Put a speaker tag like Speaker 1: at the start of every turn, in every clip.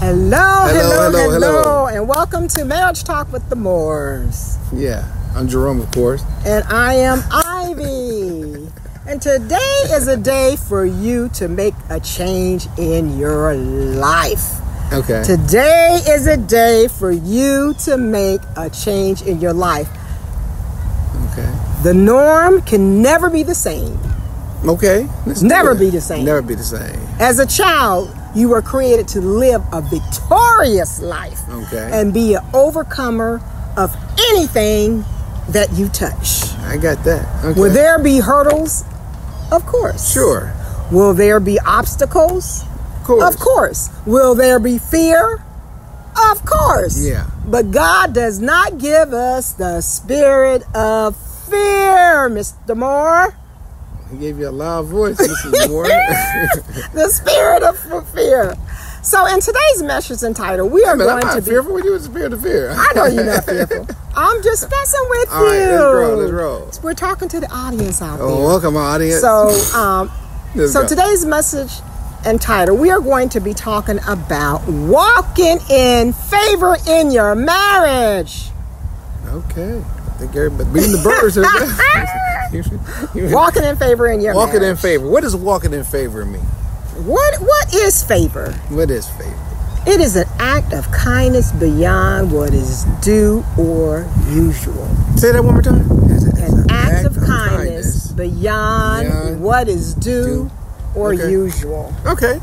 Speaker 1: Hello, hello,
Speaker 2: Hello,
Speaker 1: hello,
Speaker 2: hello, hello.
Speaker 1: and welcome to Marriage Talk with the Moors.
Speaker 2: Yeah, I'm Jerome, of course.
Speaker 1: And I am Ivy. And today is a day for you to make a change in your life.
Speaker 2: Okay.
Speaker 1: Today is a day for you to make a change in your life.
Speaker 2: okay.
Speaker 1: The norm can never be the same.
Speaker 2: Okay. let's do
Speaker 1: Never
Speaker 2: it.
Speaker 1: be the same.
Speaker 2: Never be the same.
Speaker 1: As a child, you were created to live a victorious life
Speaker 2: Okay.
Speaker 1: and be an overcomer of anything that you touch.
Speaker 2: I got that. Okay.
Speaker 1: Will there be hurdles? Of course.
Speaker 2: Sure.
Speaker 1: Will there be obstacles?
Speaker 2: Of course.
Speaker 1: Of course. Will there be fear? Of course.
Speaker 2: Yeah.
Speaker 1: But God does not give us the spirit of fear, Mr. Moore.
Speaker 2: He gave you a loud voice. This is more.
Speaker 1: The spirit of fear. So in today's message entitled, we are
Speaker 2: Man, I'm
Speaker 1: going
Speaker 2: not
Speaker 1: to be
Speaker 2: fearful. What do you spirit of fear?
Speaker 1: I know you're not fearful. I'm just messing with
Speaker 2: All right,
Speaker 1: you.
Speaker 2: let's roll, let's roll.
Speaker 1: We're talking to the audience out
Speaker 2: Oh, welcome, audience.
Speaker 1: there. So, um,
Speaker 2: Let's
Speaker 1: so
Speaker 2: go.
Speaker 1: today's message and title, we are going to be talking about walking in favor in your marriage.
Speaker 2: Okay. I think everybody beating the birds. Walking
Speaker 1: Walking in favor in your
Speaker 2: Walking in
Speaker 1: marriage.
Speaker 2: favor. What does walking in favor mean?
Speaker 1: What what is favor?
Speaker 2: What is favor?
Speaker 1: It is an act of kindness beyond what is due or usual.
Speaker 2: Say that one more time.
Speaker 1: An act of kindness beyond
Speaker 2: Beyond
Speaker 1: what is due
Speaker 2: due.
Speaker 1: or
Speaker 2: Okay.
Speaker 1: usual.
Speaker 2: Okay.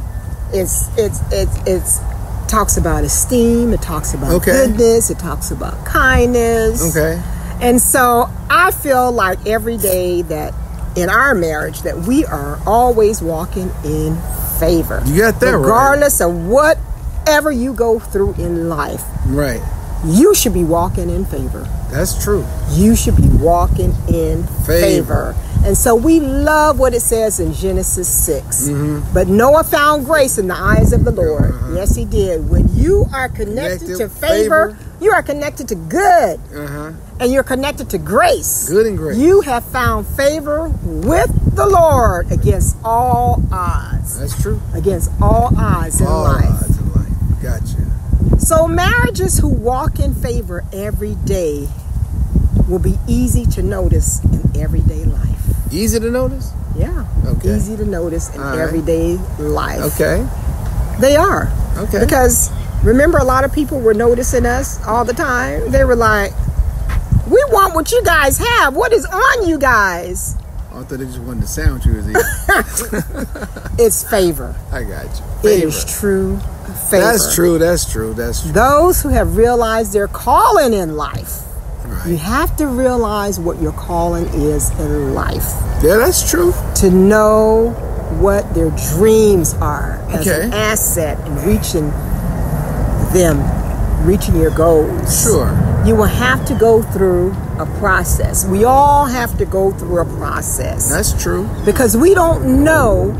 Speaker 1: it's it's it's it's talks about esteem it talks about
Speaker 2: Okay.
Speaker 1: goodness it talks about kindness
Speaker 2: Okay.
Speaker 1: and so i feel like every day that in our marriage that we are always walking in favor
Speaker 2: You got that right.
Speaker 1: regardless of whatever you go through in life
Speaker 2: Right.
Speaker 1: you should be walking in favor
Speaker 2: That's true.
Speaker 1: you should be walking in favor.
Speaker 2: Favor.
Speaker 1: And so we love what it says in Genesis 6.
Speaker 2: Mm-hmm.
Speaker 1: But Noah found grace in the eyes of the Lord. Yes, he did. When you are connected,
Speaker 2: Uh-huh. Connected,
Speaker 1: to favor,
Speaker 2: favor.
Speaker 1: you are connected to good
Speaker 2: Uh huh.
Speaker 1: and you're connected to grace.
Speaker 2: Good and great.
Speaker 1: You have found favor with the Lord against all odds.
Speaker 2: That's true.
Speaker 1: Against all odds in
Speaker 2: All
Speaker 1: life.
Speaker 2: odds in life. Gotcha.
Speaker 1: So, marriages who walk in favor every day will be easy to notice in everyday life.
Speaker 2: Easy to notice.
Speaker 1: Yeah.
Speaker 2: Okay.
Speaker 1: Easy to notice in
Speaker 2: All right.
Speaker 1: everyday life.
Speaker 2: Okay.
Speaker 1: They are.
Speaker 2: Okay.
Speaker 1: Because remember, a lot of people were noticing us all the time. They were like, we want what you guys have. What is on you guys?
Speaker 2: I thought they just wanted to sound you as easy.
Speaker 1: It's favor.
Speaker 2: I got you.
Speaker 1: It
Speaker 2: Favor.
Speaker 1: is true favor.
Speaker 2: That's true. That's true. That's true.
Speaker 1: Those who have realized their calling in life. You
Speaker 2: Right.
Speaker 1: have to realize what your calling is in life,
Speaker 2: Yeah, that's true.
Speaker 1: to know what their dreams are as an
Speaker 2: Okay.
Speaker 1: asset and reaching them, reaching your goals.
Speaker 2: Sure.
Speaker 1: You will have to go through a process. We all have to go through a process
Speaker 2: That's true.
Speaker 1: because we don't know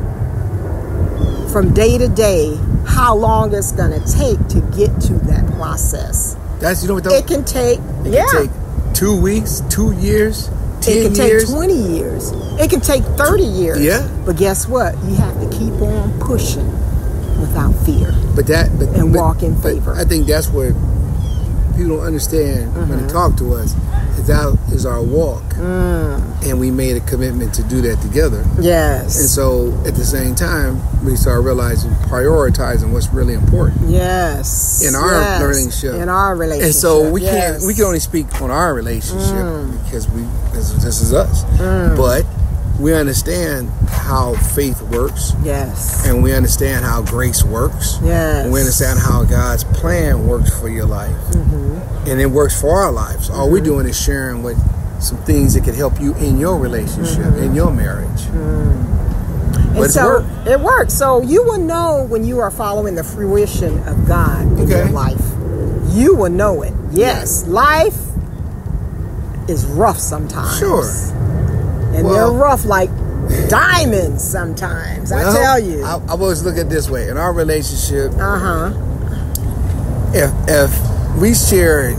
Speaker 1: from day to day how long it's going to take to get to that process.
Speaker 2: That's you know what that
Speaker 1: It can take,
Speaker 2: it
Speaker 1: yeah.
Speaker 2: can take two weeks, two years, ten
Speaker 1: It can
Speaker 2: years.
Speaker 1: take 20 years. It can take 30 years.
Speaker 2: Yeah.
Speaker 1: But guess what? You have to keep on pushing without fear.
Speaker 2: But that but,
Speaker 1: and
Speaker 2: but-
Speaker 1: walk in
Speaker 2: but
Speaker 1: favor.
Speaker 2: I think that's what people don't understand when
Speaker 1: Mm-hmm.
Speaker 2: they talk to us. Is that is our walk,
Speaker 1: Mm.
Speaker 2: and we made a commitment to do that together. And
Speaker 1: Yes.
Speaker 2: so at the same time, we start realizing prioritizing what's really important.
Speaker 1: yes.
Speaker 2: In our relationship.
Speaker 1: In our relationship.
Speaker 2: And so we
Speaker 1: yes. Mm.
Speaker 2: can't we can only speak on our relationship because we this, this is us. But we understand how faith works
Speaker 1: Yes.
Speaker 2: and we understand how grace works.
Speaker 1: Yes.
Speaker 2: And we understand how God's plan works for your life.
Speaker 1: Mm-hmm.
Speaker 2: And it works for our lives. All we're doing is sharing what some things that could help you in your relationship,
Speaker 1: Mm-hmm.
Speaker 2: in your marriage. But
Speaker 1: and
Speaker 2: it's
Speaker 1: so
Speaker 2: work.
Speaker 1: it works. So you will know when you are following the fruition of God in your
Speaker 2: Okay.
Speaker 1: life. You will know it. Yes. Life is rough sometimes.
Speaker 2: Sure.
Speaker 1: And
Speaker 2: Well-
Speaker 1: they're rough like diamonds sometimes. I
Speaker 2: Well,
Speaker 1: tell you.
Speaker 2: I, I always look at it this way in our relationship,
Speaker 1: Uh huh.
Speaker 2: if if we share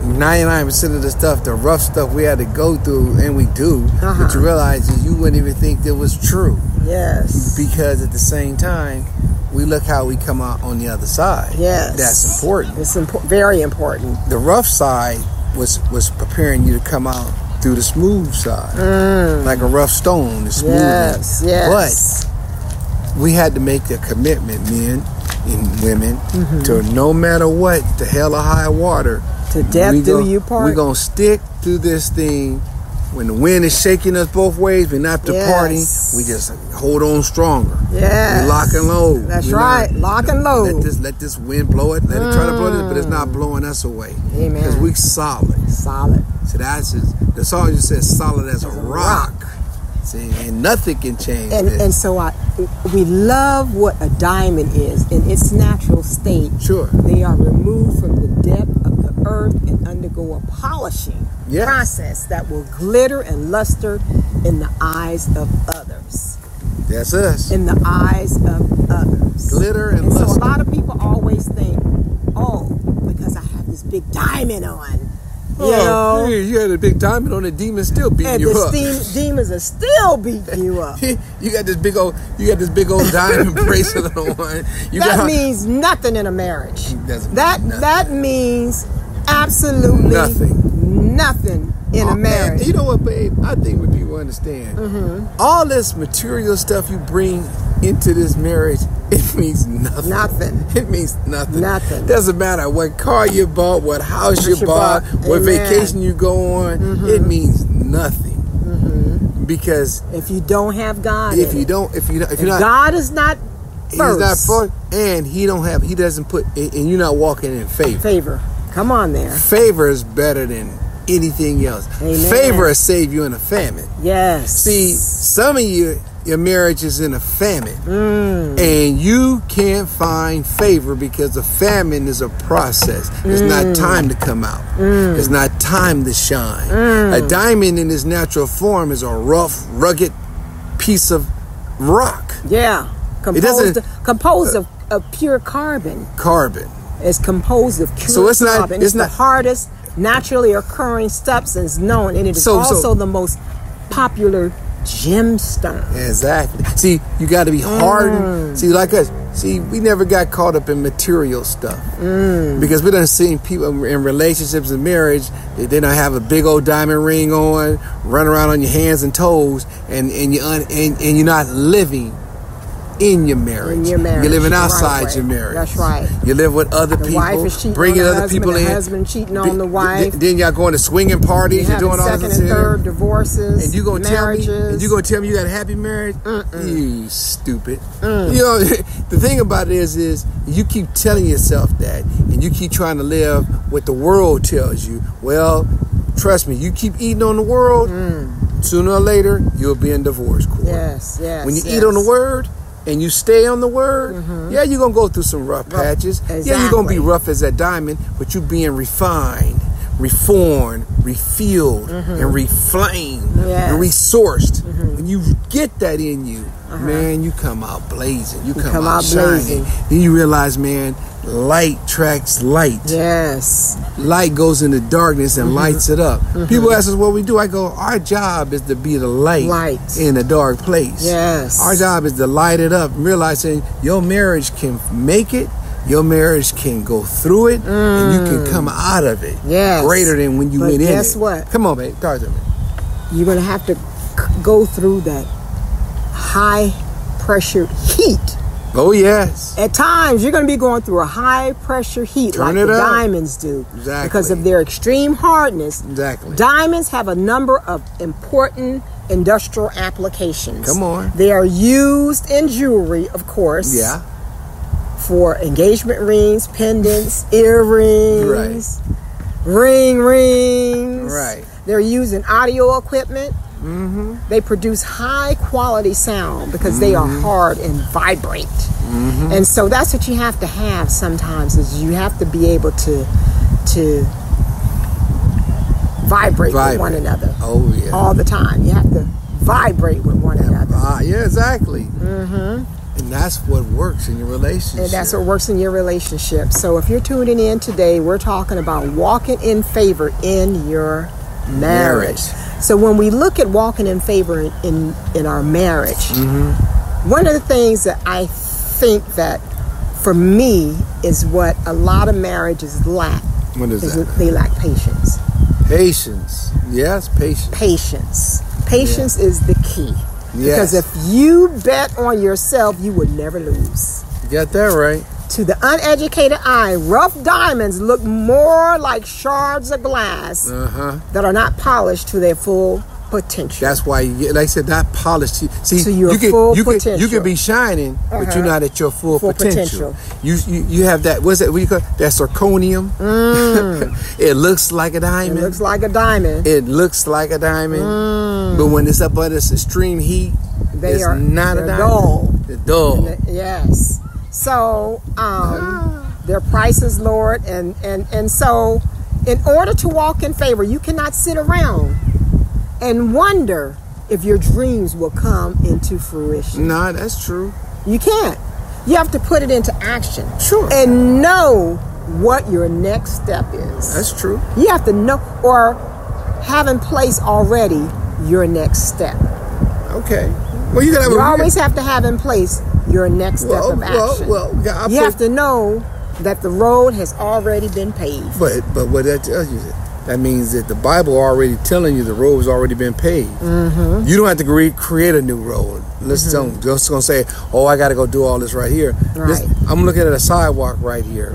Speaker 2: 99% of the stuff, the rough stuff we had to go through, and we do,
Speaker 1: Uh-huh.
Speaker 2: but you realize that you wouldn't even think that was true
Speaker 1: Yes.
Speaker 2: because at the same time, we look how we come out on the other side.
Speaker 1: Yes.
Speaker 2: That's important.
Speaker 1: It's impo- very important.
Speaker 2: The rough side was was preparing you to come out through the smooth side. Like a rough stone, it's smooth.
Speaker 1: Mm. Yes, yes.
Speaker 2: But we had to make a commitment, men and women,
Speaker 1: Mm-hmm.
Speaker 2: to no matter what, the hell or high water.
Speaker 1: To death
Speaker 2: we
Speaker 1: do
Speaker 2: gon-
Speaker 1: you part.
Speaker 2: We're gonna stick through this thing. When the wind is shaking us both ways, we're not departing.
Speaker 1: Yes.
Speaker 2: We just hold on stronger.
Speaker 1: Yes.
Speaker 2: We lock and load.
Speaker 1: That's
Speaker 2: you know?
Speaker 1: right. Lock and load. Mm.
Speaker 2: Let this let this wind blow it. Let it try to blow this, but it's not blowing us away.
Speaker 1: Amen.
Speaker 2: Because we solid.
Speaker 1: Solid.
Speaker 2: So that's just, the song just says solid as a rock. See, and nothing can change
Speaker 1: And
Speaker 2: this.
Speaker 1: and so I, we love what a diamond is in its natural state.
Speaker 2: Sure.
Speaker 1: They are removed from the depth of the earth and undergo a polishing
Speaker 2: Yes.
Speaker 1: process that will glitter and luster in the eyes of others.
Speaker 2: that's us.
Speaker 1: In the eyes of others.
Speaker 2: Glitter and
Speaker 1: And so
Speaker 2: luster.
Speaker 1: a lot of people always think, oh, because I have this big diamond on, you know,
Speaker 2: Oh, you- you had a big diamond on the demon still beating
Speaker 1: and
Speaker 2: you
Speaker 1: the
Speaker 2: up.
Speaker 1: steam, demons are still beating you up.
Speaker 2: you got this big old you got this big old diamond bracelet on. You
Speaker 1: that
Speaker 2: got
Speaker 1: means nothing in a marriage.
Speaker 2: doesn't
Speaker 1: That
Speaker 2: mean nothing.
Speaker 1: that means absolutely
Speaker 2: Nothing.
Speaker 1: nothing in
Speaker 2: Oh,
Speaker 1: a
Speaker 2: man,
Speaker 1: marriage. Mm-hmm.
Speaker 2: you know what, babe? I think what people understand. All this material stuff you bring into this marriage, it means nothing.
Speaker 1: Nothing.
Speaker 2: It means nothing.
Speaker 1: Nothing.
Speaker 2: Doesn't matter what car you bought, what house you,
Speaker 1: you
Speaker 2: bought,
Speaker 1: bought.
Speaker 2: what
Speaker 1: Amen. Mm-hmm.
Speaker 2: vacation you go on. It means nothing. Because
Speaker 1: If you don't have God,
Speaker 2: if
Speaker 1: in Mm-hmm.
Speaker 2: you
Speaker 1: it.
Speaker 2: don't, if you don't, if
Speaker 1: If
Speaker 2: you're not,
Speaker 1: God is not
Speaker 2: he's
Speaker 1: first,
Speaker 2: not for, and he don't have, he doesn't put, and and you're not walking in favor.
Speaker 1: favor. Come on there.
Speaker 2: Favor is better than anything else.
Speaker 1: Amen.
Speaker 2: Favor will save you in a famine.
Speaker 1: Yes.
Speaker 2: See, some of you, your marriage is in a famine, and you can't find favor because the famine is a process. It's not time to come out. It's not time to shine. A diamond in its natural form is a rough, rugged piece of rock,
Speaker 1: Yeah.
Speaker 2: doesn't-
Speaker 1: Composed composed of, of pure carbon.
Speaker 2: carbon.
Speaker 1: It's composed of pure
Speaker 2: So it's not-
Speaker 1: carbon.
Speaker 2: it's
Speaker 1: the
Speaker 2: not-
Speaker 1: hardest naturally occurring substance known, and it is
Speaker 2: So- so-
Speaker 1: also the most popular gemstone.
Speaker 2: Exactly. See, you got to be hardened.
Speaker 1: Mm.
Speaker 2: See, like us. See, we never got caught up in material stuff
Speaker 1: Mm.
Speaker 2: because we done seen people in relationships and marriage that they don't have a big old diamond ring on, run around on your hands and toes, and and you un, and, and you're not living in your marriage.
Speaker 1: In your marriage,
Speaker 2: You're living
Speaker 1: right,
Speaker 2: outside
Speaker 1: right.
Speaker 2: your marriage.
Speaker 1: That's right.
Speaker 2: You live with other
Speaker 1: The
Speaker 2: people,
Speaker 1: wife is cheating
Speaker 2: bringing
Speaker 1: on the
Speaker 2: other
Speaker 1: husband,
Speaker 2: people
Speaker 1: the
Speaker 2: in.
Speaker 1: husband cheating on
Speaker 2: Th-
Speaker 1: the
Speaker 2: th-
Speaker 1: wife.
Speaker 2: Then y'all going to swinging
Speaker 1: You're
Speaker 2: parties. You're,
Speaker 1: having
Speaker 2: doing all
Speaker 1: second
Speaker 2: this
Speaker 1: and
Speaker 2: here
Speaker 1: third divorces,
Speaker 2: and you gonna
Speaker 1: marriages.
Speaker 2: tell me and you gonna tell me you got a happy marriage? You stupid. You know the thing about it is is you keep telling yourself that and you keep trying to live what the world tells you. Well, trust me, you keep eating on the world, sooner or later you'll be in divorce court.
Speaker 1: Yes, yes.
Speaker 2: When you
Speaker 1: yes.
Speaker 2: eat on the word and you stay on the word, yeah, you're gonna go through some rough patches. Yeah, you're gonna
Speaker 1: Mm-hmm.
Speaker 2: be
Speaker 1: Exactly.
Speaker 2: rough as that diamond, but you being refined, reformed, refueled, and reflamed,
Speaker 1: Mm-hmm. Yes. Mm-hmm.
Speaker 2: and resourced. When you get that in you, man, you come out blazing. You come,
Speaker 1: Uh-huh. come
Speaker 2: out,
Speaker 1: out
Speaker 2: shining.
Speaker 1: blazing.
Speaker 2: Then you realize, man, light tracks light
Speaker 1: Yes.
Speaker 2: light goes into darkness and
Speaker 1: Mm-hmm.
Speaker 2: lights it up. People ask us what we do. I go, our job is to be the light,
Speaker 1: Light.
Speaker 2: in a dark place.
Speaker 1: Yes.
Speaker 2: Our job is to light it up, realizing your marriage can make it. Your marriage can go through it, and you can come out of it
Speaker 1: Mm. Yes.
Speaker 2: greater than when you
Speaker 1: But
Speaker 2: went in.
Speaker 1: guess
Speaker 2: it.
Speaker 1: what?
Speaker 2: Come on, babe. Talk to me.
Speaker 1: You're gonna have to c- go through that high pressure heat.
Speaker 2: Oh yes,
Speaker 1: At times, you're going to be going through a high pressure heat
Speaker 2: Turn
Speaker 1: like
Speaker 2: it
Speaker 1: the
Speaker 2: up.
Speaker 1: diamonds do
Speaker 2: Exactly.
Speaker 1: because of their extreme hardness.
Speaker 2: Exactly.
Speaker 1: Diamonds have a number of important industrial applications.
Speaker 2: Come on.
Speaker 1: They are used in jewelry, of course.
Speaker 2: yeah.
Speaker 1: For engagement rings, pendants, earrings, ring rings.
Speaker 2: Right. Mm-hmm.
Speaker 1: They're used in audio equipment. They produce high quality sound because they are
Speaker 2: Mm-hmm.
Speaker 1: hard and vibrate. And so that's what you have to have sometimes is you have to be able to to vibrate, with one
Speaker 2: Vibrate.
Speaker 1: another
Speaker 2: Oh yeah.
Speaker 1: all the time. You have to vibrate with one another.
Speaker 2: Ah, yeah, exactly. Mm-hmm. And that's what works in your relationship.
Speaker 1: And that's what works in your relationship. So if you're tuning in today, we're talking about walking in favor in your marriage.
Speaker 2: Marriage.
Speaker 1: So when we look at walking in favor in in, in our marriage, one of the things that I think that for me, is what a lot of marriages lack.
Speaker 2: What is
Speaker 1: Is
Speaker 2: that?
Speaker 1: that they lack patience.
Speaker 2: Patience. Yes, patience.
Speaker 1: Patience. Patience is the key.
Speaker 2: Yes.
Speaker 1: Because if you bet on yourself, you would never lose.
Speaker 2: You got that right.
Speaker 1: To the uneducated eye, rough diamonds look more like shards of glass
Speaker 2: Uh huh.
Speaker 1: that are not polished to their full potential.
Speaker 2: That's why, you get, like I said, not polished. See,
Speaker 1: To your
Speaker 2: you can
Speaker 1: full
Speaker 2: you can you
Speaker 1: potential.
Speaker 2: can be shining, but
Speaker 1: Uh-huh.
Speaker 2: you're not at your full,
Speaker 1: Full
Speaker 2: potential. You, you you have that. What's that? What you call that? Zirconium. it looks like a
Speaker 1: it
Speaker 2: diamond.
Speaker 1: Mm.
Speaker 2: It
Speaker 1: looks Mm.
Speaker 2: looks,
Speaker 1: like a diamond.
Speaker 2: like a diamond, but when it's up under this extreme heat,
Speaker 1: They
Speaker 2: it's
Speaker 1: are-
Speaker 2: not a
Speaker 1: they're
Speaker 2: diamond.
Speaker 1: dull.
Speaker 2: They're dull.
Speaker 1: Yes. So
Speaker 2: Ah.
Speaker 1: um, their price is lowered, and and and so in order to walk in favor, you cannot sit around and wonder if your dreams will come into fruition.
Speaker 2: no, that's true.
Speaker 1: You can't. You have to put it into action.
Speaker 2: Sure.
Speaker 1: And know what your next step is.
Speaker 2: That's true.
Speaker 1: You have to know or have in place already your next step.
Speaker 2: Okay. Well, you gotta have
Speaker 1: You
Speaker 2: a
Speaker 1: always have to have in place your next step
Speaker 2: well,
Speaker 1: of action.
Speaker 2: well, well, I
Speaker 1: you
Speaker 2: put-
Speaker 1: have to know that the road has already been paved.
Speaker 2: But but what that tells you is that means that the Bible already telling you the road has already been paved. Mm-hmm. You don't have to cre- create a new road. Let's
Speaker 1: Mm-hmm.
Speaker 2: don't just gonna say, oh, I got to go do all this right here. This-
Speaker 1: Right. Mm-hmm.
Speaker 2: I'm looking at a sidewalk right here,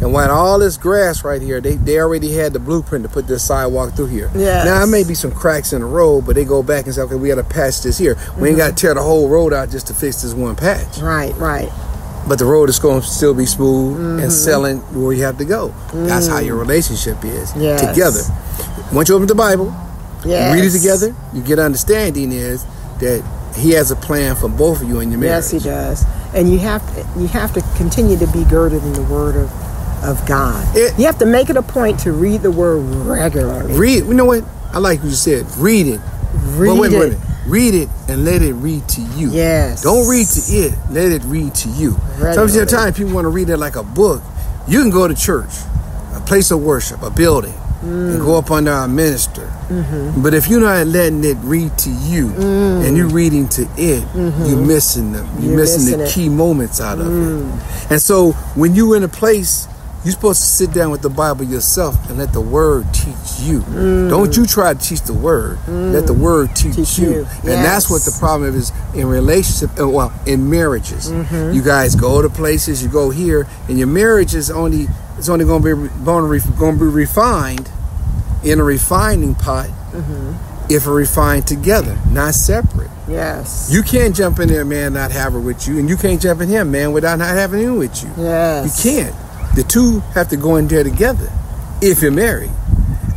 Speaker 2: and when all this grass right here, they they already had the blueprint to put this sidewalk through here.
Speaker 1: Yes.
Speaker 2: Now it may be some cracks in the road, but they go back and say, okay, we got to patch this here. We
Speaker 1: Mm-hmm.
Speaker 2: ain't got to tear the whole road out just to fix this one patch
Speaker 1: Right, right.
Speaker 2: but the road is going to still be smooth
Speaker 1: Mm-hmm.
Speaker 2: and selling where you have to go. That's how your relationship is
Speaker 1: Mm. Yes.
Speaker 2: together. Once you open the Bible,
Speaker 1: Yes.
Speaker 2: you read it together, you get understanding is that He has a plan for both of you in your marriage.
Speaker 1: Yes, he does. And you have to, you have to continue to be girded in the Word of of God.
Speaker 2: It-
Speaker 1: you have to make it a point to read the Word regularly.
Speaker 2: Read. You know what? I like what you said. Read it.
Speaker 1: Read
Speaker 2: But wait, a
Speaker 1: it.
Speaker 2: minute. Read it and let it read to you.
Speaker 1: Yes.
Speaker 2: Don't read to it. Let it read to you. Sometimes
Speaker 1: Regularly.
Speaker 2: your time people want to read it like a book. You can go to church, a place of worship, a building, and go up under a minister.
Speaker 1: Mm-hmm.
Speaker 2: But if you're not letting it read to you and you're reading to it,
Speaker 1: Mm.
Speaker 2: you're missing them. You're,
Speaker 1: Mm-hmm. You're
Speaker 2: missing, the
Speaker 1: missing it. Mm.
Speaker 2: key moments out of it. And so when you're in a place, you're supposed to sit down with the Bible yourself and let the Word teach you. Don't you try to teach the Word. Let the Word teach,
Speaker 1: Mm. Teach
Speaker 2: you.
Speaker 1: you.
Speaker 2: And that's what the
Speaker 1: Yes.
Speaker 2: problem is in relationship. uh, Well, in marriages,
Speaker 1: Mm-hmm.
Speaker 2: you guys go to places, you go here, and your marriage is only it's only going to be going to, going to be refined in a refining pot
Speaker 1: Mm-hmm.
Speaker 2: if we're refined together, not separate.
Speaker 1: Yes.
Speaker 2: You can't jump in there, man, not have her with you, and you can't jump in here, man, without not having him with you.
Speaker 1: Yes.
Speaker 2: You can't. The two have to go in there together if you're married.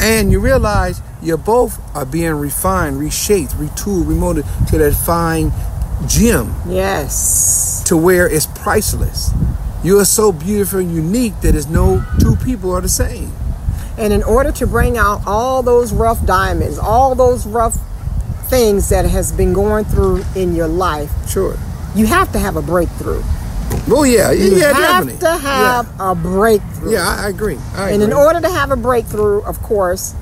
Speaker 2: And you realize you both are being refined, reshaped, retooled, remolded to that fine gem
Speaker 1: Yes.
Speaker 2: to where it's priceless. You are so beautiful and unique that it's no two people are the same.
Speaker 1: And in order to bring out all those rough diamonds, all those rough things that has been going through in your life,
Speaker 2: Sure.
Speaker 1: you have to have a breakthrough.
Speaker 2: Oh yeah,
Speaker 1: You
Speaker 2: yeah,
Speaker 1: have
Speaker 2: definitely.
Speaker 1: to have a breakthrough.
Speaker 2: yeah, yeah I, I agree. I
Speaker 1: And in
Speaker 2: agree.
Speaker 1: order to have a breakthrough, of course,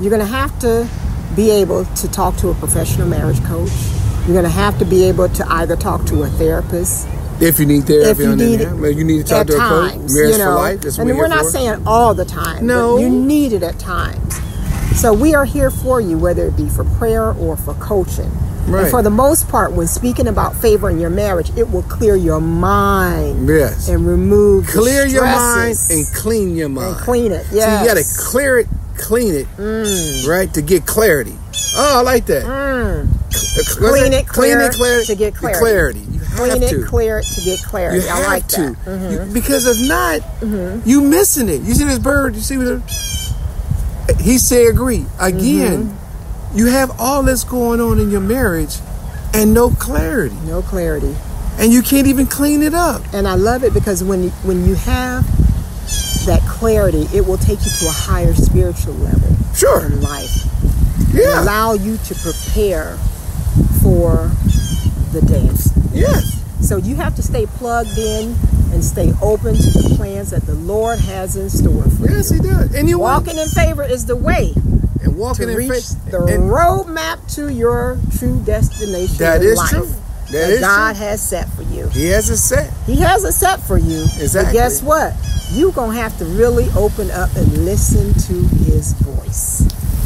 Speaker 1: you're going to have to be able to talk to a professional marriage coach. You're going to have to be able to either talk to a therapist.
Speaker 2: if you need therapy
Speaker 1: if you
Speaker 2: on
Speaker 1: need
Speaker 2: there,
Speaker 1: it
Speaker 2: well, you need to talk
Speaker 1: at
Speaker 2: to a coach.
Speaker 1: times,
Speaker 2: Marriage
Speaker 1: you know.
Speaker 2: for life. That's what
Speaker 1: and
Speaker 2: we're
Speaker 1: we're
Speaker 2: here
Speaker 1: not
Speaker 2: for.
Speaker 1: saying all the time.
Speaker 2: No.
Speaker 1: But you need it at times. So we are here for you, whether it be for prayer or for coaching.
Speaker 2: Right.
Speaker 1: And for the most part, when speaking about favor in your marriage, it will clear your mind
Speaker 2: Yes.
Speaker 1: and remove the
Speaker 2: clear your mind
Speaker 1: stresses
Speaker 2: and clean your mind.
Speaker 1: and clean it.
Speaker 2: So
Speaker 1: Yes. Mm.
Speaker 2: you gotta clear it, clean it, right, to get clarity. Oh, I like that. What's
Speaker 1: Clean
Speaker 2: that?
Speaker 1: it, clear
Speaker 2: clean it, clear it
Speaker 1: to get clarity.
Speaker 2: You have
Speaker 1: Clean it,
Speaker 2: to.
Speaker 1: clear it to get
Speaker 2: You
Speaker 1: clarity.
Speaker 2: have
Speaker 1: I like
Speaker 2: to,
Speaker 1: that. Mm-hmm.
Speaker 2: You- because if not, you missing it. You see this bird? You see what? it- He say agree again.
Speaker 1: Mm-hmm.
Speaker 2: You have all this going on in your marriage, and no clarity,
Speaker 1: No clarity.
Speaker 2: and you can't even clean it up.
Speaker 1: And I love it because when when you have that clarity, it will take you to a higher spiritual level
Speaker 2: Sure.
Speaker 1: in life. And
Speaker 2: Yeah.
Speaker 1: allow you to prepare for the dance.
Speaker 2: Yes.
Speaker 1: So you have to stay plugged in and stay open to the plans that the Lord has in store for
Speaker 2: Yes,
Speaker 1: you.
Speaker 2: he does. And you walk
Speaker 1: Walking in favor is the way
Speaker 2: and walking
Speaker 1: to
Speaker 2: in
Speaker 1: reach
Speaker 2: faith.
Speaker 1: the
Speaker 2: and-
Speaker 1: roadmap to your true destination.
Speaker 2: That
Speaker 1: in
Speaker 2: is
Speaker 1: life
Speaker 2: true. That
Speaker 1: that
Speaker 2: is
Speaker 1: God has set for you. you.
Speaker 2: He has it set.
Speaker 1: He has a set for you. But
Speaker 2: Exactly.
Speaker 1: guess what? You're going to have to really open up and listen to his voice.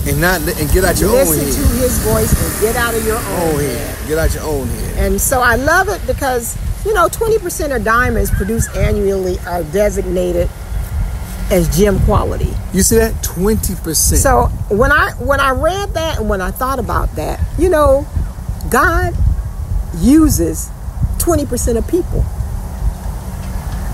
Speaker 2: And not and get out your
Speaker 1: listen
Speaker 2: own head.
Speaker 1: to his voice and get out of your own
Speaker 2: Own
Speaker 1: head.
Speaker 2: head. Get out your own head.
Speaker 1: And so I love it because, you know, 20% of diamonds produced annually are designated as gem quality.
Speaker 2: You see that? Twenty percent.
Speaker 1: So when I when I read that and when I thought about that, you know, God uses 20% of people.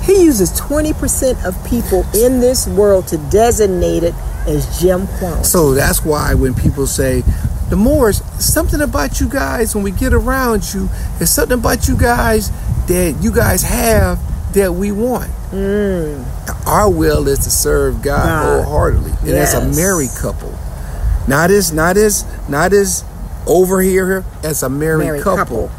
Speaker 1: He uses 20% of people in this world to designate it as gem quality.
Speaker 2: So that's why when people say, the Moors, something about you guys when we get around you, there's something about you guys that you guys have that we want. Our will is to serve
Speaker 1: Mm.
Speaker 2: God
Speaker 1: God.
Speaker 2: wholeheartedly. And
Speaker 1: Yes.
Speaker 2: as a married couple. Not as not as not as over here as a married,
Speaker 1: Married
Speaker 2: couple.
Speaker 1: couple.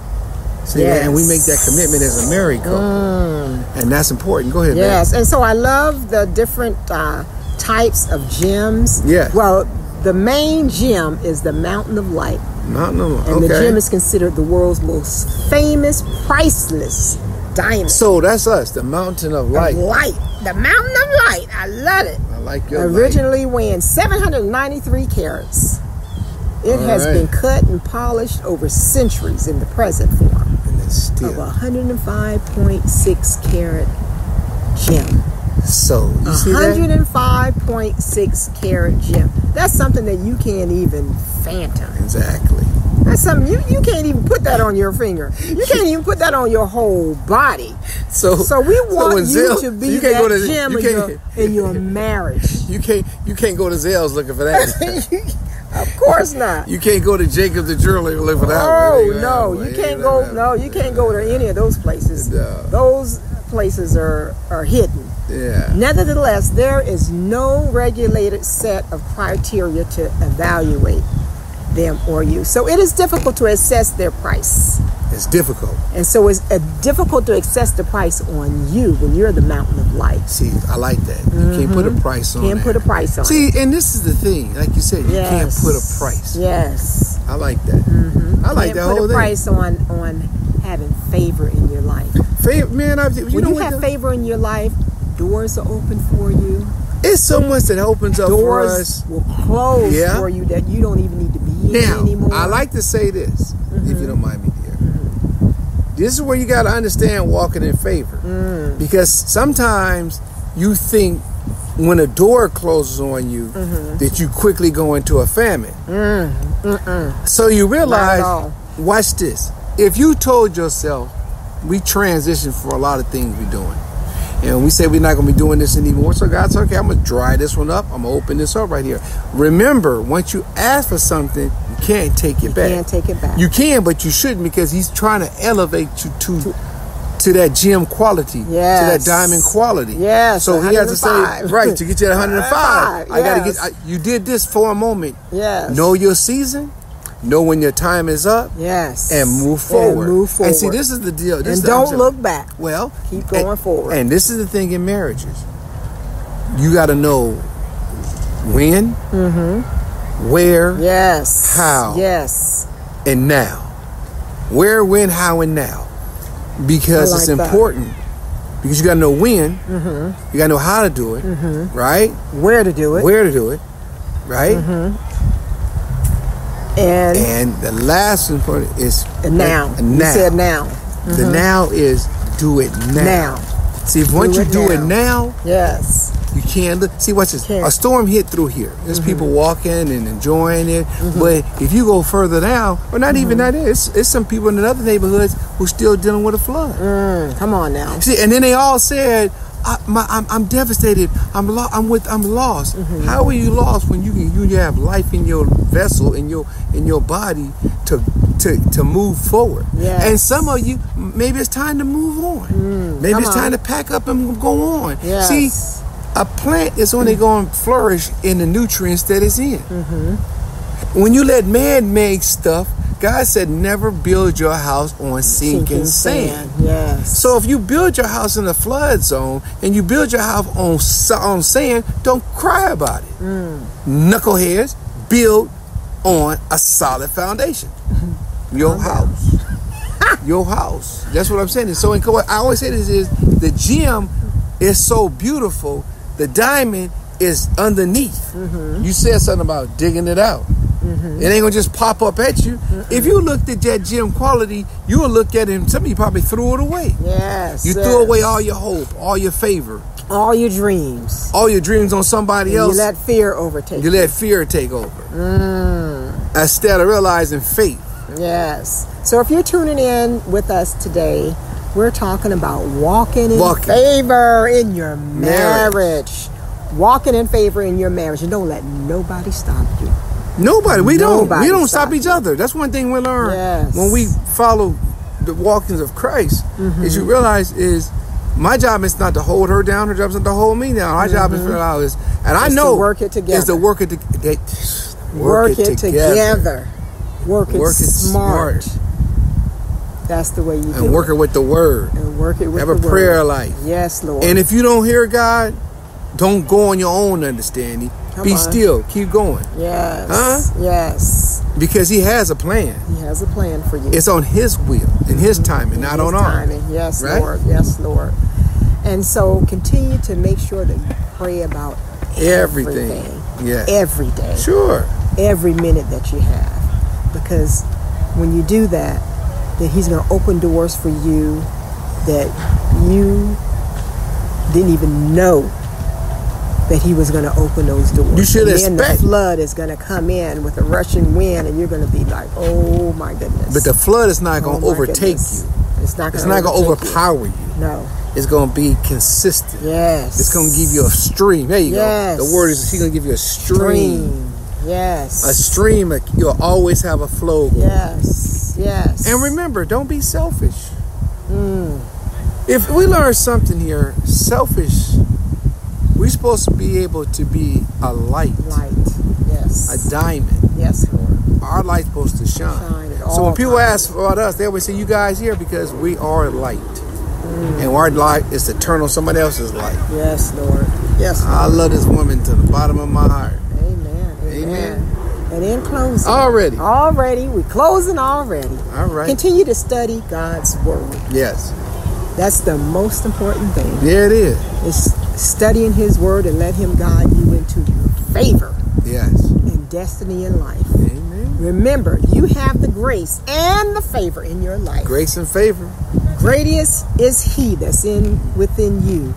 Speaker 2: See, and we make that
Speaker 1: Yes. Mm.
Speaker 2: commitment as a married couple. And that's important. Go ahead,
Speaker 1: Yes, and so I love the different uh, types of gems.
Speaker 2: Yes.
Speaker 1: Well, the main gem is the Mountain of Light,
Speaker 2: man. No, no, no.
Speaker 1: and
Speaker 2: okay.
Speaker 1: the gem is considered the world's most famous, priceless diamond.
Speaker 2: so that's us, the mountain of
Speaker 1: of
Speaker 2: light.
Speaker 1: light, the Mountain of Light. I love it.
Speaker 2: I like your light.
Speaker 1: Originally weighing 793 carats, it
Speaker 2: All
Speaker 1: has
Speaker 2: right.
Speaker 1: been cut and polished over centuries in the present form.
Speaker 2: And it's still.
Speaker 1: Of a 105.6 carat gem.
Speaker 2: So you see that?
Speaker 1: 105.6 carat gem. That's something that you can't even phantom.
Speaker 2: Exactly.
Speaker 1: That's something you, you can't even put that on your finger. You can't even put that on your whole body.
Speaker 2: So
Speaker 1: So we
Speaker 2: Oh, so
Speaker 1: want
Speaker 2: when
Speaker 1: you
Speaker 2: Zell-
Speaker 1: to be
Speaker 2: you can't
Speaker 1: that
Speaker 2: go to,
Speaker 1: gem
Speaker 2: You
Speaker 1: in
Speaker 2: can't,
Speaker 1: your, in your marriage.
Speaker 2: you can't you can't go to Zell's looking for that.
Speaker 1: of course not.
Speaker 2: you can't go to Jacob the jeweler looking for that.
Speaker 1: Oh
Speaker 2: one.
Speaker 1: no, you can't go. No, you can't go to any of those places.
Speaker 2: No.
Speaker 1: Those places are are hidden.
Speaker 2: Yeah.
Speaker 1: Nevertheless, there is no regulated set of criteria to evaluate them or you. So it is difficult to assess their price.
Speaker 2: It's difficult.
Speaker 1: And so it's uh, difficult to assess the price on you when you're the mountain of light.
Speaker 2: See, I like that. You can't put a price on
Speaker 1: Mm-hmm. Can't
Speaker 2: that.
Speaker 1: put a price on it.
Speaker 2: Oh, See, and this is the thing. Like you said, you can't
Speaker 1: Yes.
Speaker 2: put a price.
Speaker 1: Yes.
Speaker 2: I like that. I like
Speaker 1: Can't
Speaker 2: that
Speaker 1: put
Speaker 2: whole
Speaker 1: a price on on having favor in your life.
Speaker 2: thing. Fa- man, I, you
Speaker 1: when
Speaker 2: know
Speaker 1: you
Speaker 2: what?
Speaker 1: have
Speaker 2: though?
Speaker 1: favor in your life, doors are open for you.
Speaker 2: it's so much that opens up for us.
Speaker 1: Doors will close
Speaker 2: Yeah.
Speaker 1: for you that you don't even need to be in
Speaker 2: Now,
Speaker 1: anymore.
Speaker 2: I like to say this, if you don't mind me, dear. This is where you got to understand walking in favor. Because sometimes you think when a door closes on you that you quickly go into a famine. So you realize,
Speaker 1: all.
Speaker 2: watch this. If you told yourself, we transition for a lot of things we're doing. And we say we're not going to be doing this anymore. So God said, okay, I'm going to dry this one up. I'm going to open this up right here. Remember, once you ask for something, you can't take it back.
Speaker 1: can't take it back.
Speaker 2: You can, but you shouldn't because he's trying to elevate you to to, that gem quality,
Speaker 1: Yes.
Speaker 2: to that diamond quality.
Speaker 1: Yes,
Speaker 2: So he has to say,
Speaker 1: 105.
Speaker 2: right, to get you at 105, I got to
Speaker 1: yes.
Speaker 2: get, I, you did this for a moment.
Speaker 1: Yes.
Speaker 2: Know your season, know when your time is up,
Speaker 1: Yes.
Speaker 2: and move forward.
Speaker 1: And move forward.
Speaker 2: And see, this is the deal. This
Speaker 1: And
Speaker 2: is the-
Speaker 1: don't
Speaker 2: I'm-
Speaker 1: look back.
Speaker 2: Well,
Speaker 1: Keep going
Speaker 2: and-
Speaker 1: forward.
Speaker 2: And this is the thing in marriages. You got to know when,
Speaker 1: Mm-hmm.
Speaker 2: where,
Speaker 1: Yes.
Speaker 2: How?
Speaker 1: Yes.
Speaker 2: and now. Where, when, how, and now. Because
Speaker 1: I
Speaker 2: it's
Speaker 1: like that. Mm-hmm.
Speaker 2: important. Because you got to know when, you got to know how to do it, right?
Speaker 1: Where to do it.
Speaker 2: Where to do it, right?
Speaker 1: Mm-hmm. and,
Speaker 2: And the last important is
Speaker 1: and now.
Speaker 2: and
Speaker 1: You said now.
Speaker 2: The now is do it now.
Speaker 1: Now.
Speaker 2: See, if once
Speaker 1: it
Speaker 2: you do
Speaker 1: now.
Speaker 2: it now,
Speaker 1: Yes.
Speaker 2: You can look. See, watch this.
Speaker 1: Can't.
Speaker 2: A storm hit through here. There's
Speaker 1: Mm-hmm.
Speaker 2: people walking and enjoying it. But if you go further down, or not even
Speaker 1: Mm-hmm.
Speaker 2: that, it's, it's some people in other neighborhoods who still dealing with a flood.
Speaker 1: Mm, come on now.
Speaker 2: See, and then they all said, I, my, I'm, "I'm devastated. I'm lo- I'm with. I'm lost.
Speaker 1: Mm-hmm.
Speaker 2: How are you lost when you can you have life in your vessel in your in your body to to to move forward?
Speaker 1: Yes. Mm.
Speaker 2: And some of you, maybe it's time to move on. maybe
Speaker 1: come
Speaker 2: it's
Speaker 1: on.
Speaker 2: time to pack up and go on.
Speaker 1: Yes.
Speaker 2: See, a plant is only going to flourish in the nutrients that it's in. When you let man make stuff, God said, never build your house on
Speaker 1: Sinking
Speaker 2: sinking, sand.
Speaker 1: Yes.
Speaker 2: So if you build your house in a flood zone and you build your house on sa- on sand, don't cry about it. Knuckleheads build on a solid foundation. Your house. your house. That's what I'm saying. It's so inco- I always say this is the gem is so beautiful. The diamond is underneath. You said something about digging it out. It ain't gonna just pop up at you. If you looked at that gem quality, you would look at it. and Somebody probably threw it away.
Speaker 1: Yes.
Speaker 2: You
Speaker 1: yes.
Speaker 2: threw away all your hope, all your favor,
Speaker 1: all your dreams.
Speaker 2: all your dreams on somebody
Speaker 1: You
Speaker 2: else.
Speaker 1: let fear overtake.
Speaker 2: You
Speaker 1: You
Speaker 2: let fear take over.
Speaker 1: Mm.
Speaker 2: Instead of realizing faith.
Speaker 1: yes. So if you're tuning in with us today, we're talking about walking in
Speaker 2: Walking.
Speaker 1: favor in your
Speaker 2: Marriage.
Speaker 1: marriage. Walking in favor in your marriage, and don't let nobody stop you.
Speaker 2: Nobody, we don't.
Speaker 1: Nobody
Speaker 2: We don't
Speaker 1: stop
Speaker 2: stop each other. That's one thing we learn
Speaker 1: Yes.
Speaker 2: when we follow the walkings of Christ.
Speaker 1: Mm-hmm.
Speaker 2: Is you realize is my job is not to hold her down. Her job is not to hold me down. My job is to allow is, and
Speaker 1: Mm-hmm.
Speaker 2: I
Speaker 1: It's to
Speaker 2: know
Speaker 1: work it
Speaker 2: Is
Speaker 1: together.
Speaker 2: to work it to, that,
Speaker 1: Work, it, together. Work it
Speaker 2: Work it
Speaker 1: smart.
Speaker 2: smart.
Speaker 1: That's the way you do
Speaker 2: and work it with the word.
Speaker 1: it. And work it with
Speaker 2: Have a
Speaker 1: the
Speaker 2: prayer
Speaker 1: word.
Speaker 2: life.
Speaker 1: Yes, Lord.
Speaker 2: And if you don't hear God, don't go on your own understanding.
Speaker 1: Come
Speaker 2: Be
Speaker 1: on.
Speaker 2: still. Keep going
Speaker 1: yes.
Speaker 2: Huh?
Speaker 1: Yes.
Speaker 2: because He has a plan.
Speaker 1: He has a plan for you.
Speaker 2: It's on His will and His timing, not
Speaker 1: His
Speaker 2: on ours.
Speaker 1: timing. Yes,
Speaker 2: Right?
Speaker 1: Lord. Yes, Lord. And so continue to make sure that you pray about
Speaker 2: Everything. Yeah.
Speaker 1: every day,
Speaker 2: Sure.
Speaker 1: every minute that you have. Because when you do that, then He's going to open doors for you that you didn't even know that He was going to open those doors.
Speaker 2: You should
Speaker 1: and then
Speaker 2: expect-
Speaker 1: the flood is going to come in with a rushing wind, and you're going to be like, "Oh my goodness!"
Speaker 2: But the flood is not
Speaker 1: Oh,
Speaker 2: going to
Speaker 1: my
Speaker 2: overtake
Speaker 1: goodness.
Speaker 2: you.
Speaker 1: It's not going.
Speaker 2: It's not going to overpower you.
Speaker 1: No.
Speaker 2: It's going to be consistent.
Speaker 1: Yes.
Speaker 2: It's going to give you a stream. There you
Speaker 1: Yes.
Speaker 2: go. The word is he's going to give you a stream. A
Speaker 1: Yes.
Speaker 2: stream. Like you'll always have a flow. going.
Speaker 1: yes. Yes. Mm,
Speaker 2: And remember, don't be selfish. If we learn something here, selfish, we're supposed to be able to be a light,
Speaker 1: light.
Speaker 2: a
Speaker 1: Yes.
Speaker 2: diamond.
Speaker 1: yes, Lord.
Speaker 2: Our light's supposed to shine.
Speaker 1: Shine at
Speaker 2: Uh, So
Speaker 1: all
Speaker 2: when people
Speaker 1: times.
Speaker 2: ask about us, they always say, "You guys here because we are light,
Speaker 1: Mm.
Speaker 2: and our light is to turn on somebody else's light."
Speaker 1: Yes, Lord. Yes.
Speaker 2: I love this woman to the bottom of my heart.
Speaker 1: Amen. Amen.
Speaker 2: Uh, Amen.
Speaker 1: And in closing.
Speaker 2: Already,
Speaker 1: Already. We're closing already.
Speaker 2: all right,
Speaker 1: Continue to study God's word.
Speaker 2: yes,
Speaker 1: That's the most important thing.
Speaker 2: there it is.
Speaker 1: Is studying His word and let Him guide you into your favor
Speaker 2: Yes,
Speaker 1: and destiny in life.
Speaker 2: amen.
Speaker 1: Remember, you have the grace and the favor in your life.
Speaker 2: Grace and favor.
Speaker 1: Greatest is he that's in within you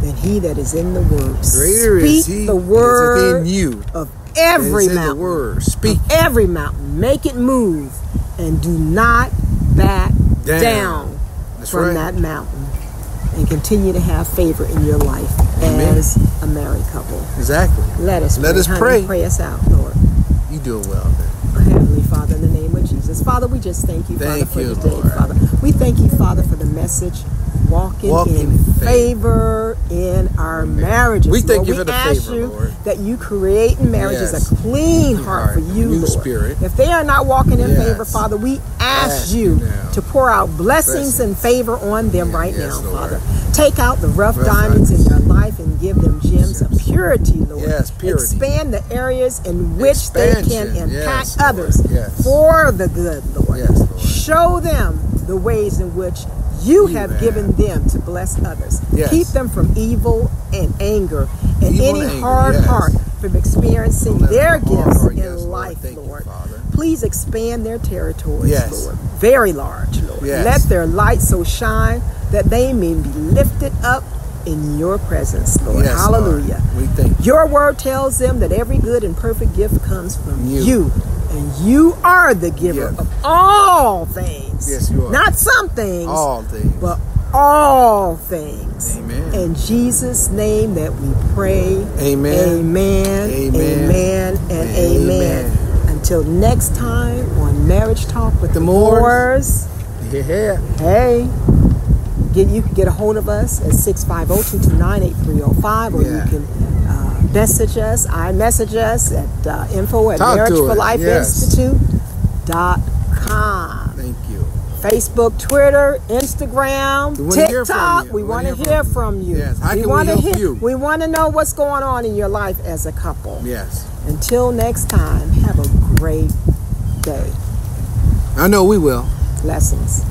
Speaker 1: than he that is in the world.
Speaker 2: Greater
Speaker 1: Speak
Speaker 2: is He
Speaker 1: the
Speaker 2: that is
Speaker 1: word
Speaker 2: within you.
Speaker 1: of every
Speaker 2: It's in the
Speaker 1: mountain.
Speaker 2: word. Speak
Speaker 1: Every mountain. Make it move and do not back down,
Speaker 2: down. That's
Speaker 1: from
Speaker 2: right.
Speaker 1: that mountain. And continue to have favor in your life
Speaker 2: Amen.
Speaker 1: as a married couple.
Speaker 2: Exactly.
Speaker 1: Let us
Speaker 2: Let
Speaker 1: pray.
Speaker 2: us
Speaker 1: honey.
Speaker 2: pray.
Speaker 1: Pray us out, Lord.
Speaker 2: You doing well. Man.
Speaker 1: Our Heavenly Father, in the name of Jesus. Father, we just thank you,
Speaker 2: Thank
Speaker 1: Father,
Speaker 2: you,
Speaker 1: for today,
Speaker 2: Lord.
Speaker 1: Father. We thank you, Father, for the message. Walking,
Speaker 2: Walking
Speaker 1: in,
Speaker 2: in
Speaker 1: favor in our marriages.
Speaker 2: We thank
Speaker 1: Lord,
Speaker 2: you for the
Speaker 1: ask
Speaker 2: favor,
Speaker 1: you
Speaker 2: Lord.
Speaker 1: That you create in marriages
Speaker 2: Yes.
Speaker 1: a clean
Speaker 2: Clean
Speaker 1: heart for
Speaker 2: heart,
Speaker 1: you,
Speaker 2: new
Speaker 1: Lord.
Speaker 2: spirit.
Speaker 1: If they are not walking in
Speaker 2: Yes.
Speaker 1: favor, Father, we ask
Speaker 2: Ask
Speaker 1: you
Speaker 2: you now.
Speaker 1: to pour out blessings, and favor on them
Speaker 2: Yeah,
Speaker 1: right
Speaker 2: yes,
Speaker 1: now,
Speaker 2: Lord.
Speaker 1: Father. Take out the rough,
Speaker 2: Rough
Speaker 1: diamonds in their life and give them gems of purity, Lord.
Speaker 2: Yes, purity.
Speaker 1: Expand the areas in which they can
Speaker 2: Expansion.
Speaker 1: impact
Speaker 2: Yes, Lord.
Speaker 1: others
Speaker 2: Yes.
Speaker 1: for the good, Lord.
Speaker 2: Yes, Lord.
Speaker 1: Show them the ways in which you,
Speaker 2: You
Speaker 1: have,
Speaker 2: have.
Speaker 1: given them to bless others.
Speaker 2: Yes.
Speaker 1: Keep them from evil and anger and
Speaker 2: Evil
Speaker 1: any
Speaker 2: and anger,
Speaker 1: hard
Speaker 2: yes.
Speaker 1: heart from experiencing
Speaker 2: Don't let
Speaker 1: their
Speaker 2: them harm
Speaker 1: gifts
Speaker 2: her.
Speaker 1: in
Speaker 2: Yes, Lord.
Speaker 1: life,
Speaker 2: Thank you,
Speaker 1: Lord.
Speaker 2: Father.
Speaker 1: Please expand their territories,
Speaker 2: Yes.
Speaker 1: Lord. Very large, Lord.
Speaker 2: Yes.
Speaker 1: Let their light so shine that they may be lifted up in your presence, Lord.
Speaker 2: Yes, Lord.
Speaker 1: Hallelujah.
Speaker 2: We thank you.
Speaker 1: Your word tells them that every good and perfect gift comes from you.
Speaker 2: You.
Speaker 1: and you are the giver
Speaker 2: Yes.
Speaker 1: of all things.
Speaker 2: Yes, you are.
Speaker 1: Not some things,
Speaker 2: all things.
Speaker 1: but all things.
Speaker 2: Amen.
Speaker 1: In Jesus' name that we pray.
Speaker 2: Amen.
Speaker 1: Amen.
Speaker 2: Amen.
Speaker 1: Amen. And amen.
Speaker 2: Amen.
Speaker 1: Until next time on Marriage Talk with the,
Speaker 2: The
Speaker 1: Moors.
Speaker 2: Moors. Yeah.
Speaker 1: Hey. Get, you can get a hold of us at oh, 650-229-8305 or
Speaker 2: Yeah.
Speaker 1: you can uh, message us, I message us at uh, info at
Speaker 2: Talk to
Speaker 1: marriageforlifeinstitute.com.
Speaker 2: us, yes. Thank you.
Speaker 1: Facebook, Twitter, Instagram,
Speaker 2: We wanna hear from
Speaker 1: TikTok.
Speaker 2: you.
Speaker 1: We want to hear from you.
Speaker 2: Yes. How can we
Speaker 1: wanna
Speaker 2: help
Speaker 1: hear-
Speaker 2: you?
Speaker 1: We want to know what's going on in your life as a couple.
Speaker 2: Yes.
Speaker 1: Until next time, have a great day.
Speaker 2: I know we will.
Speaker 1: Blessings.